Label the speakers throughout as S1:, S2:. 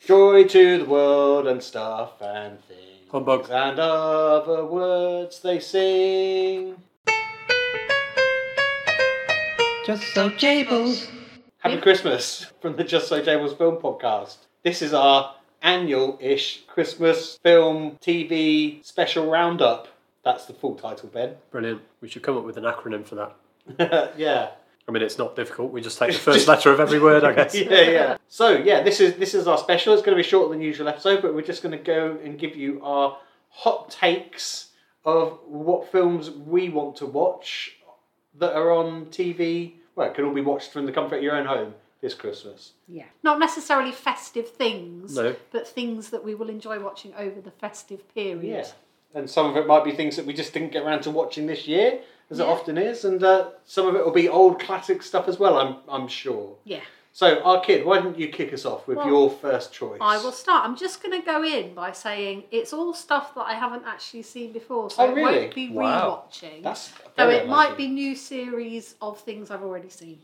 S1: Joy to the world and stuff and things.
S2: Oh.
S3: Humbug.
S1: And other words they sing.
S2: Just so Jables.
S1: Happy Christmas from the Just So Jables Film Podcast. This is our annual ish Christmas film TV special roundup. That's the full title, Ben.
S3: Brilliant. We should come up with an acronym for that.
S1: yeah.
S3: I mean, it's not difficult. We just take the first letter of every word, I guess.
S1: yeah, yeah. So yeah, this is this is our special. It's going to be shorter than usual episode, but we're just going to go and give you our hot takes of what films we want to watch that are on TV. Well, it can all be watched from the comfort of your own home this Christmas.
S4: Yeah. Not necessarily festive things,
S3: No.
S4: but things that we will enjoy watching over the festive period.
S1: Yeah, and some of it might be things that we just didn't get around to watching this year, as it
S4: Yeah.
S1: often is, and uh, some of it will be old classic stuff as well. I'm I'm sure.
S4: Yeah.
S1: So, our kid, why don't you kick us off with
S4: Well,
S1: your first choice?
S4: I will start. I'm just going to go in by saying it's all stuff that I haven't actually seen before, so
S1: Oh,
S4: it
S1: really?
S4: won't be
S3: Wow.
S4: rewatching.
S1: That's
S4: Though
S1: very
S4: it might
S1: unlikely.
S4: be new series of things I've already seen.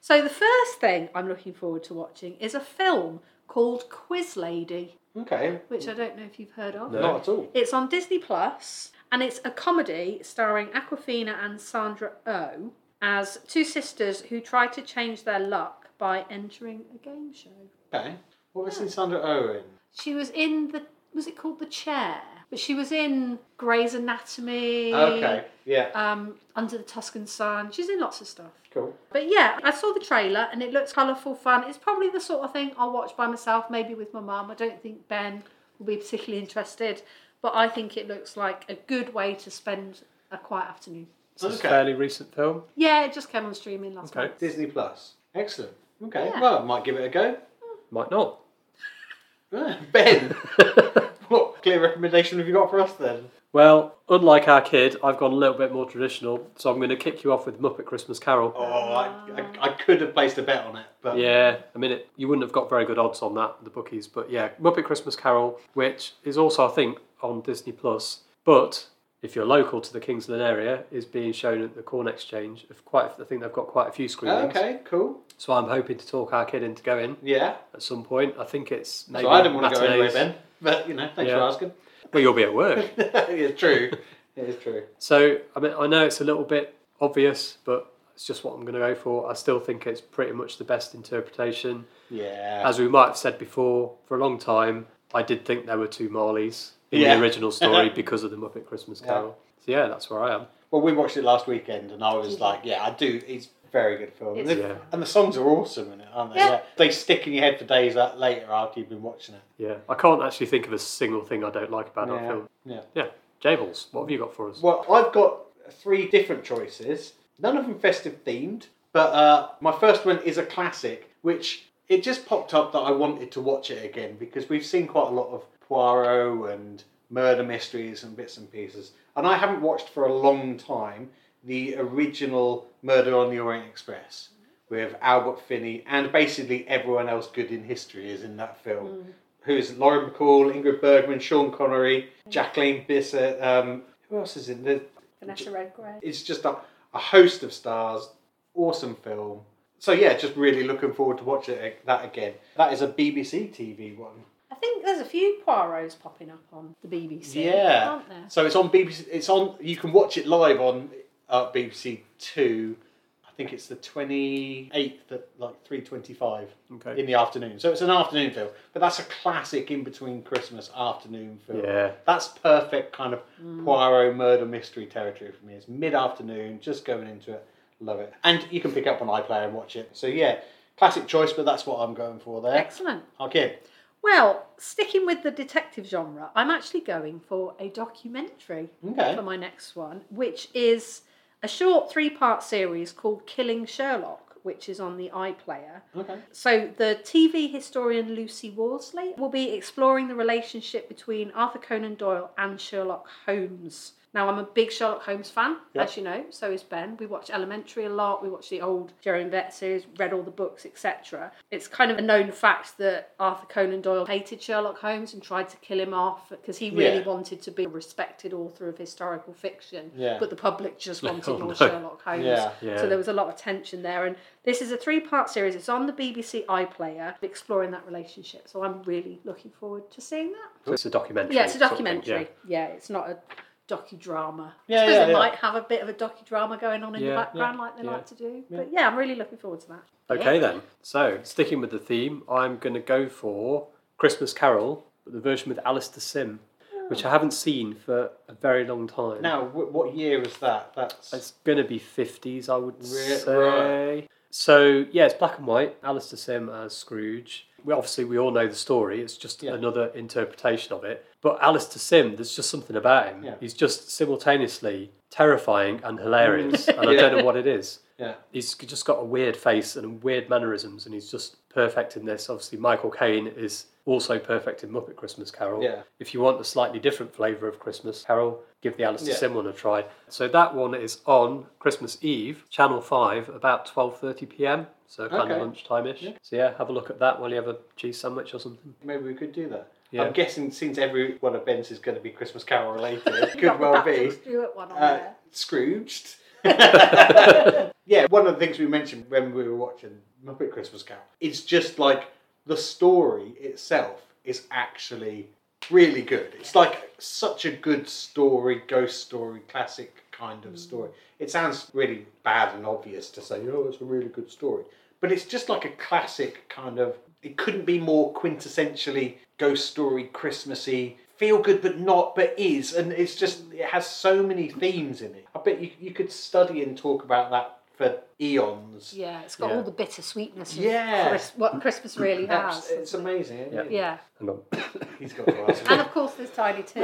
S4: So the first thing I'm looking forward to watching is a film called Quiz Lady,
S1: Okay.
S4: which I don't know if you've heard of.
S3: No.
S1: Not at all.
S4: It's on Disney Plus, and it's a comedy starring Aquafina and Sandra Oh as two sisters who try to change their luck by entering a game show.
S1: Okay. What was this Sandra Owen?
S4: She was in the was it called the chair? But she was in Grey's Anatomy.
S1: Okay. Yeah.
S4: Um, Under the Tuscan Sun. She's in lots of stuff.
S1: Cool.
S4: But yeah, I saw the trailer and it looks colourful, fun. It's probably the sort of thing I'll watch by myself, maybe with my mum. I don't think Ben will be particularly interested, but I think it looks like a good way to spend a quiet afternoon.
S3: It's a
S1: Okay.
S3: fairly recent film.
S4: Yeah, it just came on streaming last
S3: Okay.
S4: month.
S1: Disney Plus. Excellent. Okay.
S4: Yeah.
S1: Well, I might give it a go.
S3: Might not.
S1: Ah, Ben, what clear recommendation have you got for us then?
S3: well, unlike our kid, I've gone a little bit more traditional, so I'm going to kick you off with Muppet Christmas Carol.
S1: Oh, I, I, I could have placed a bet on it, but
S3: Yeah, I mean, it, you wouldn't have got very good odds on that, the bookies. But yeah, Muppet Christmas Carol, which is also, I think, on Disney Plus. But if you're local to the Kingsland area, is being shown at the Corn Exchange. Of quite, I think they've got quite a few screenings.
S1: Okay. Cool.
S3: So I'm hoping to talk our kid into going
S1: Yeah.
S3: at some point. I think it's maybe.
S1: so I didn't want to go anyway,
S3: matinees.
S1: Ben. But you know, thanks
S3: Yeah.
S1: for asking.
S3: Well, you'll be at work.
S1: it's true. It is true.
S3: So I mean, I know it's a little bit obvious, but it's just what I'm going to go for. I still think it's pretty much the best interpretation.
S1: Yeah.
S3: As we might have said before, for a long time, I did think there were two Marleys in
S1: Yeah.
S3: the original story because of the Muppet Christmas Carol. So yeah, that's where I am.
S1: Well, we watched it last weekend, and I was like, "Yeah, I do." It's a very good film, and
S4: It's-
S1: the,
S3: Yeah.
S1: and the songs are awesome in it, aren't they?
S4: Yeah.
S1: they stick in your head for days uh, later after you've been watching it.
S3: Yeah, I can't actually think of a single thing I don't like about that
S1: Yeah.
S3: film.
S1: Yeah.
S3: Yeah, Jables, what have you got for us?
S1: Well, I've got three different choices, none of them festive themed, but uh, my first one is a classic, which it just popped up that I wanted to watch it again because we've seen quite a lot of Poirot and murder mysteries and bits and pieces, and I haven't watched for a long time the original Murder on the Orient Express with Albert Finney and basically everyone else good in history is in that film. Who's Lauren McCall, Ingrid Bergman, Sean Connery, Jacqueline Bisset, um, who else is in there?
S4: Vanessa Redgrave.
S1: It's just a, a host of stars, awesome film. So yeah, just really looking forward to watching it, that again. That is a BBC TV one.
S4: I think there's a few Poirot's popping up on the BBC,
S1: yeah,
S4: aren't there?
S1: so it's on BBC. It's on. You can watch it live on uh, BBC Two. I think it's the twenty eighth at like three twenty five
S3: Okay.
S1: in the afternoon. So it's an afternoon film, but that's a classic in between Christmas afternoon film.
S3: Yeah.
S1: That's perfect kind of
S4: Mm.
S1: Poirot murder mystery territory for me. It's mid afternoon, just going into it. Love it. And you can pick up on iPlayer and watch it. So yeah, classic choice, but that's what I'm going for there.
S4: Excellent.
S1: Okay.
S4: Well, sticking with the detective genre, I'm actually going for a documentary.
S1: Okay.
S4: for my next one, which is a short three part series called Killing Sherlock, which is on the iPlayer.
S1: Okay.
S4: So, the TV historian Lucy Worsley will be exploring the relationship between Arthur Conan Doyle and Sherlock Holmes Now, I'm a big Sherlock Holmes fan,
S1: Yep.
S4: as you know, so is Ben. We watch Elementary a lot, we watch the old Jerry and Vet series, read all the books, etc. It's kind of a known fact that Arthur Conan Doyle hated Sherlock Holmes and tried to kill him off because he really
S1: Yeah.
S4: wanted to be a respected author of historical fiction,
S1: Yeah.
S4: but the public just wanted
S3: Oh,
S4: more
S3: no.
S4: Sherlock Holmes.
S1: Yeah.
S3: Yeah.
S4: So there was a lot of tension there. And this is a three part series. It's on the BBC iPlayer, exploring that relationship. So I'm really looking forward to seeing that.
S3: So it's a documentary.
S4: Yeah, it's a
S3: sort of thing,
S4: documentary. yeah. it's not a docudrama.
S1: Yeah,
S4: I suppose
S1: yeah,
S4: it
S1: yeah.
S4: might have a bit of a docudrama going on in the
S3: Yeah,
S4: background, like they
S3: yeah,
S4: like to do. But yeah, I'm really looking forward to that.
S3: yeah. Okay then. So sticking with the theme, I'm going to go for Christmas Carol, but the version with Alistair Sim, which I haven't seen for a very long time.
S1: Now, wh- what year is that? That's
S3: It's going to be 50s, I would
S1: Re-
S3: say.
S1: right.
S3: So, yeah, it's black and white. Alistair Sim as Scrooge. We, obviously, we all know the story. It's just
S1: Yeah.
S3: another interpretation of it. But Alistair Sim, there's just something about him.
S1: Yeah.
S3: He's just simultaneously terrifying and hilarious. and I
S1: Mm. Yeah.
S3: don't know what it is.
S1: yeah,
S3: He's just got a weird face and weird mannerisms, and he's just perfect in this. Obviously, Michael Caine is also perfect in Muppet Christmas Carol.
S1: Yeah.
S3: If you want a slightly different flavour of Christmas Carol, give the Alistair
S1: Yeah.
S3: Sim one a try. So that one is on Christmas Eve, Channel Five, about twelve thirty p.m. So kind
S1: Okay.
S3: of lunchtime ish. So yeah, have a look at that while you have a cheese sandwich or something.
S1: maybe we could do that.
S3: Yeah.
S1: I'm guessing since every one of Ben's is going to be Christmas Carol related, it
S4: Got
S1: could
S4: the
S1: well be.
S4: Patrick Stewart one on
S1: uh,
S4: there.
S1: Scrooged. yeah, one of the things we mentioned when we were watching Muppet Christmas Carol is just like the story itself is actually really good. It's like such a good story, ghost story, classic kind of story. It sounds really bad and obvious to say, oh, it's a really good story. But it's just like a classic kind of, it couldn't be more quintessentially ghost story, Christmassy, feel good but not but is and it's just it has so many themes in it i bet you, you could study and talk about that for eons
S4: Yeah, it's got
S3: Yeah.
S4: all the bittersweetness of
S1: Yeah.
S4: Chris, what Christmas really
S1: Abs-
S4: has.
S1: it's amazing isn't it?
S4: Yeah.
S3: Hang on.
S1: he's got to ask
S4: And of course, there's Tiny Tim.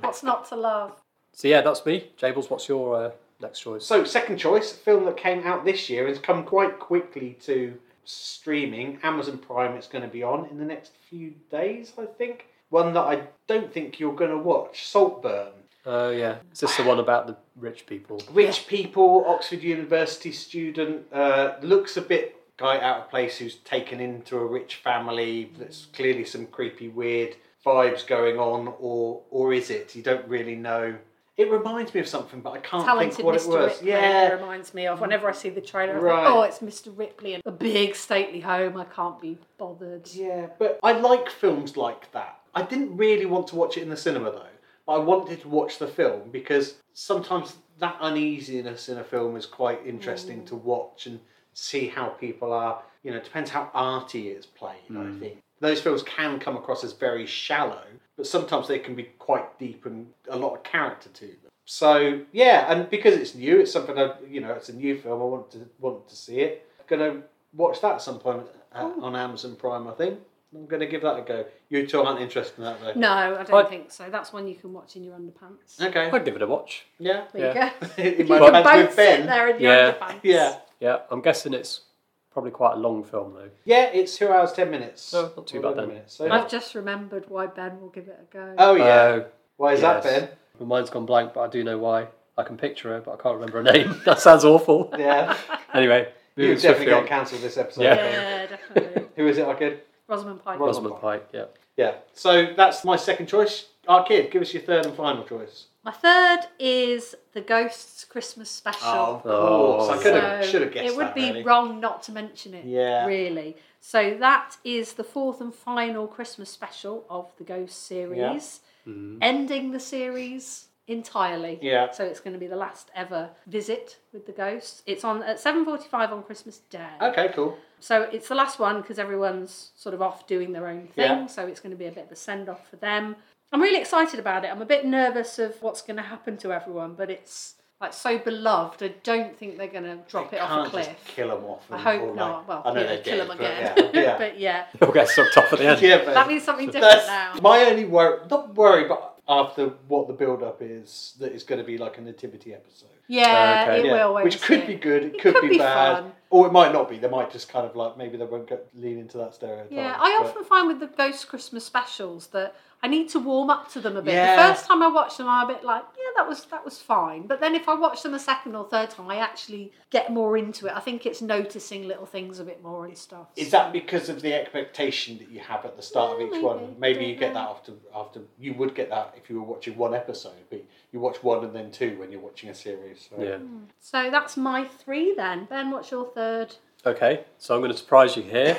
S4: What's not to love?
S3: So yeah, that's me. Jables, what's your uh, next choice?
S1: so second choice a film that came out this year has come quite quickly to streaming amazon prime it's going to be on in the next few days i think one that i don't think you're going to watch saltburn
S3: Oh yeah, is this the one about the rich people?
S1: rich people, Oxford University student, uh, looks a bit guy out of place who's taken into a rich family. There's clearly some creepy, weird vibes going on, or or is it? You don't really know. It reminds me of something, but I can't
S4: Talented
S1: think what
S4: Mr.
S1: it was.
S4: Ripley
S1: yeah,
S4: reminds me of whenever I see the trailer. I'm
S1: Right.
S4: like, oh, it's Mr. Ripley and a big stately home. I can't be bothered.
S1: Yeah, but I like films like that. I didn't really want to watch it in the cinema though. But I wanted to watch the film because sometimes that uneasiness in a film is quite interesting to watch and see how people are. You know, it depends how arty it's played. I think those films can come across as very shallow, but sometimes they can be quite deep and a lot of character to them. So yeah, and because it's new, it's something I you know it's a new film. I want to want to see it. Gonna watch that at some point uh,
S4: Oh.
S1: on Amazon Prime, I think. I'm gonna give that a go. You two aren't interested in that though.
S4: No, I don't
S3: I-
S4: think so. That's one you can watch in your underpants.
S1: Okay.
S3: I'd give it a watch.
S1: Yeah.
S4: There
S3: Yeah.
S4: you go.
S1: In
S4: you
S1: my
S4: can
S1: pants
S4: both
S1: with
S4: sit
S1: Ben.
S4: there in your
S3: Yeah.
S4: underpants.
S1: Yeah.
S3: Yeah, I'm guessing it's probably quite a long film though.
S1: Yeah, it's two hours ten minutes.
S3: Oh, not too
S1: Or
S3: bad
S1: 11
S3: then.
S1: minutes, so-
S4: I've just remembered why Ben will give it a go.
S1: oh yeah.
S3: Oh,
S1: Why is that, Ben?
S3: yes. My mind's gone blank, but I do know why. I can picture her, but I can't remember her name. that sounds awful.
S1: Yeah.
S3: Anyway,
S1: You're
S3: moving
S1: definitely
S3: swiftly
S1: gonna
S3: on.
S1: cancel this episode.
S3: Yeah.
S4: yeah, definitely.
S1: Who is it? I could.
S4: Rosamund Pike.
S1: Ros-
S3: Rosamund Pike. Yeah.
S1: Yeah. So that's my second choice. Arcade, give us your third and final choice.
S4: My third is the Ghosts Christmas Special.
S1: Oh, of
S3: Oh.
S1: course. I could have,
S4: So
S1: should have guessed
S4: It would
S1: that,
S4: be
S1: really.
S4: wrong not to mention it.
S1: Yeah.
S4: Really. So that is the fourth and final Christmas special of the Ghost series, ending the series entirely.
S1: Mm-hmm. Yeah.
S4: So it's going to be the last ever visit with the ghosts. It's on at 7:45 on Christmas Day.
S1: Okay, cool.
S4: So it's the last one because everyone's sort of off doing their own thing.
S1: Yeah.
S4: So it's going to be a bit of a send off for them. I'm really excited about it. I'm a bit nervous of what's going to happen to everyone, but it's like so beloved. I don't think they're going to drop
S1: They
S4: it off a
S1: can't
S4: cliff.
S1: Just kill them off.
S4: I
S1: and-
S4: hope
S1: or, like-
S4: not. Well,
S1: I know
S4: yeah,
S1: they
S4: kill
S1: did,
S4: them
S1: but
S4: again.
S1: Yeah, yeah.
S4: but yeah,
S3: You'll get sucked off at the end.
S1: yeah but
S4: that means something different
S1: that's
S4: now.
S1: my only worry. Not worry, but after what the build-up is, that it's going to be like a nativity episode.
S4: Yeah,
S3: Okay.
S4: it
S1: Yeah,
S4: will. won't
S1: which could
S4: it?
S1: be good. It,
S4: It
S1: could, be, bad.
S4: fun.
S1: Or it might not be. They might just kind of like maybe they won't get, lean into that stereotype.
S4: Yeah, I
S1: but-
S4: often find with the Ghost Christmas specials that I need to warm up to them a bit. The
S1: Yeah.
S4: first time I watch them, I'm a bit like, yeah, that was that was fine. But then if I watch them a second or third time, I actually get more into it. I think it's noticing little things a bit more and stuff.
S1: Is that because of the expectation that you have at the start
S4: Yeah,
S1: of each
S4: maybe.
S1: one? Maybe you get
S4: Yeah.
S1: that after after you would get that if you were watching one episode, but you watch one and then two when you're watching a series. So.
S3: Yeah.
S4: so? That's my three then. Ben, what's your third?
S3: Okay, so I'm going to surprise you here.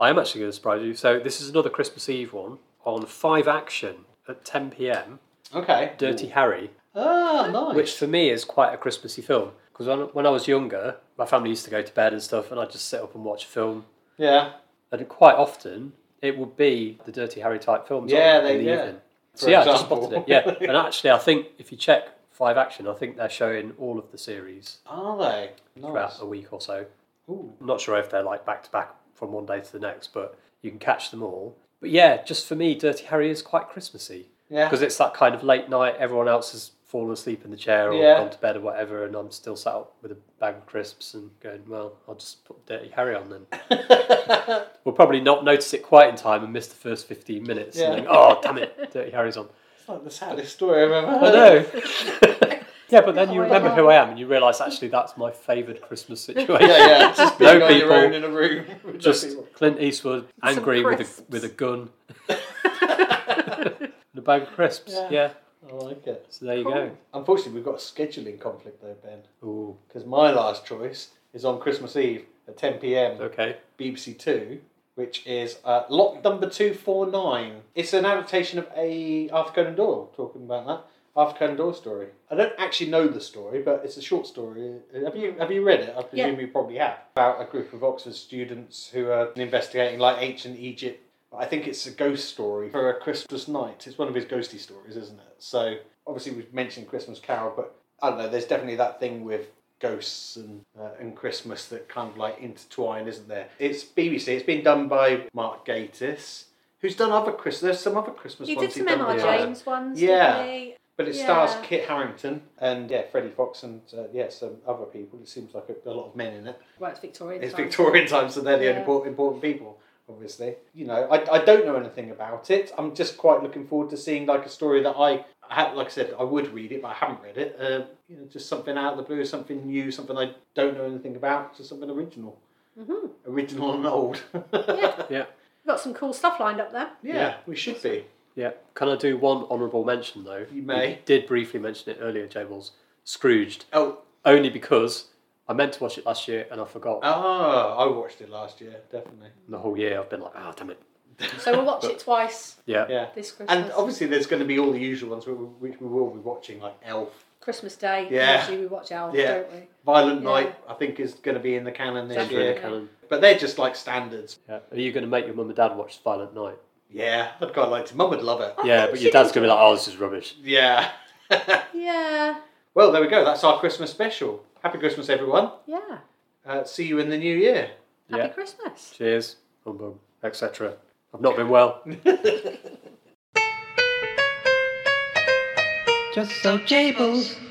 S3: I am actually going to surprise you. So this is another Christmas Eve one on Five Action at 10 p.m.
S1: Okay.
S3: Dirty Harry,
S1: Ah, nice.
S3: which for me is quite a Christmassy film because when, when I was younger, my family used to go to bed and stuff, and I'd just sit up and watch a film.
S1: yeah.
S3: And quite often, it would be the Dirty Harry type films.
S1: Yeah,
S3: on
S1: they-
S3: in the
S1: yeah.
S3: evening.
S1: For
S3: So yeah, I just
S1: example.
S3: spotted it. Yeah, and actually, I think if you check Five Action, I think they're showing all of the series
S1: Are they?
S3: throughout
S1: Nice.
S3: a week or so.
S1: Ooh.
S3: I'm not sure if they're like back to back from one day to the next, but you can catch them all. But yeah, just for me, Dirty Harry is quite Christmassy
S1: Yeah.
S3: because it's that kind of late night. Everyone else has fallen asleep in the chair or
S1: Yeah.
S3: gone to bed or whatever, and I'm still sat up with a bag of crisps and going, "Well, I'll just put Dirty Harry on then." we'll probably not notice it quite in time and miss the first 15 minutes
S1: Yeah.
S3: and think, "Oh, damn it, Dirty Harry's on."
S1: It's like the saddest story I've ever heard.
S3: I know. yeah, but then you
S4: Oh,
S3: remember
S4: yeah.
S3: who I am and you realise actually that's my favourite Christmas situation.
S1: Yeah, yeah. Just being
S3: No
S1: on
S3: people,
S1: your own in a room. with no
S3: just
S1: people.
S3: Clint Eastwood
S4: Some
S3: angry with a,
S4: crisps.
S3: with a gun and a bag of crisps. Yeah.
S1: Yeah. I like it.
S3: So there you go.
S1: Unfortunately, we've got a scheduling conflict there, Ben,
S3: Ooh.
S1: because my last choice is on Christmas Eve at 10 p.m.
S3: Okay.
S1: BBC Two, which is uh, Lot Number Two Four Nine. It's an adaptation of a Arthur Conan Doyle. Talking about that Arthur Conan Doyle story. I don't actually know the story, but it's a short story. Uh, Have you have you read it? I presume
S4: Yeah.
S1: you probably have. About a group of Oxford students who are investigating like ancient Egypt. I think it's a ghost story for a Christmas night. It's one of his ghosty stories, isn't it? So obviously we've mentioned Christmas Carol, but I don't know. There's definitely that thing with ghosts and uh, and Christmas that kind of like intertwine, isn't there? It's BBC. It's been done by Mark Gatiss, who's done other Christmas. There's some other Christmas
S4: You
S1: ones.
S4: did some
S1: he's done
S4: MR
S1: with-
S4: James ones,
S1: Yeah.
S4: didn't you?
S1: But it
S4: Yeah.
S1: stars Kit Harrington and yeah, Freddie Fox and uh, yeah, some other people. It seems like a, a lot of men in it.
S4: Well, it's Victorian.
S1: It's
S4: times.
S1: Victorian times, so they're the only
S4: Yeah.
S1: important, important people, obviously. You know, I, I don't know anything about it. I'm just quite looking forward to seeing like a story that I, I had, like I said, I would read it, but I haven't read it. Uh, you know, just something out of the blue, something new, something I don't know anything about, just something original,
S4: Mhm.
S1: original and old.
S4: Yeah.
S3: Yeah.
S4: We've got some cool stuff lined up there.
S1: Yeah,
S3: Yeah.
S1: we should be.
S3: Yeah. Can I do one honourable mention though?
S1: You may.
S3: did briefly mention it earlier, Jables. Scrooged.
S1: Oh,
S3: Only because I meant to watch it last year and I forgot.
S1: ah, I watched it last year, definitely.
S3: And The whole year I've been like, oh, damn it.
S4: So we'll watch it twice
S3: Yeah.
S1: Yeah.
S4: this Christmas.
S1: And obviously, there's going to be all the usual ones we- which we will be watching, like Elf,
S4: Christmas Day.
S1: Yeah.
S4: Usually we watch Elf,
S1: Yeah.
S4: don't we?
S1: Violent
S4: Yeah.
S1: Night. I think is going to be in the canon this
S3: Enter
S4: Definitely.
S3: in
S1: year.
S3: the canon.
S1: But they're just like standards.
S3: Yeah. Are you going to make your mum and dad watch Silent Night?
S1: Yeah, I'd quite like to. Mum would love it.
S3: yeah,
S4: think
S3: but
S4: she
S3: your dad's going to be like, oh, this is rubbish.
S1: Yeah.
S4: Yeah.
S1: well, there we go. That's our Christmas special. Happy Christmas, everyone.
S4: Yeah.
S1: Uh, see you in the new year.
S4: Happy
S3: Yeah.
S4: Christmas.
S3: Cheers, humbug, etc. I've not been well.
S2: Just so Jables.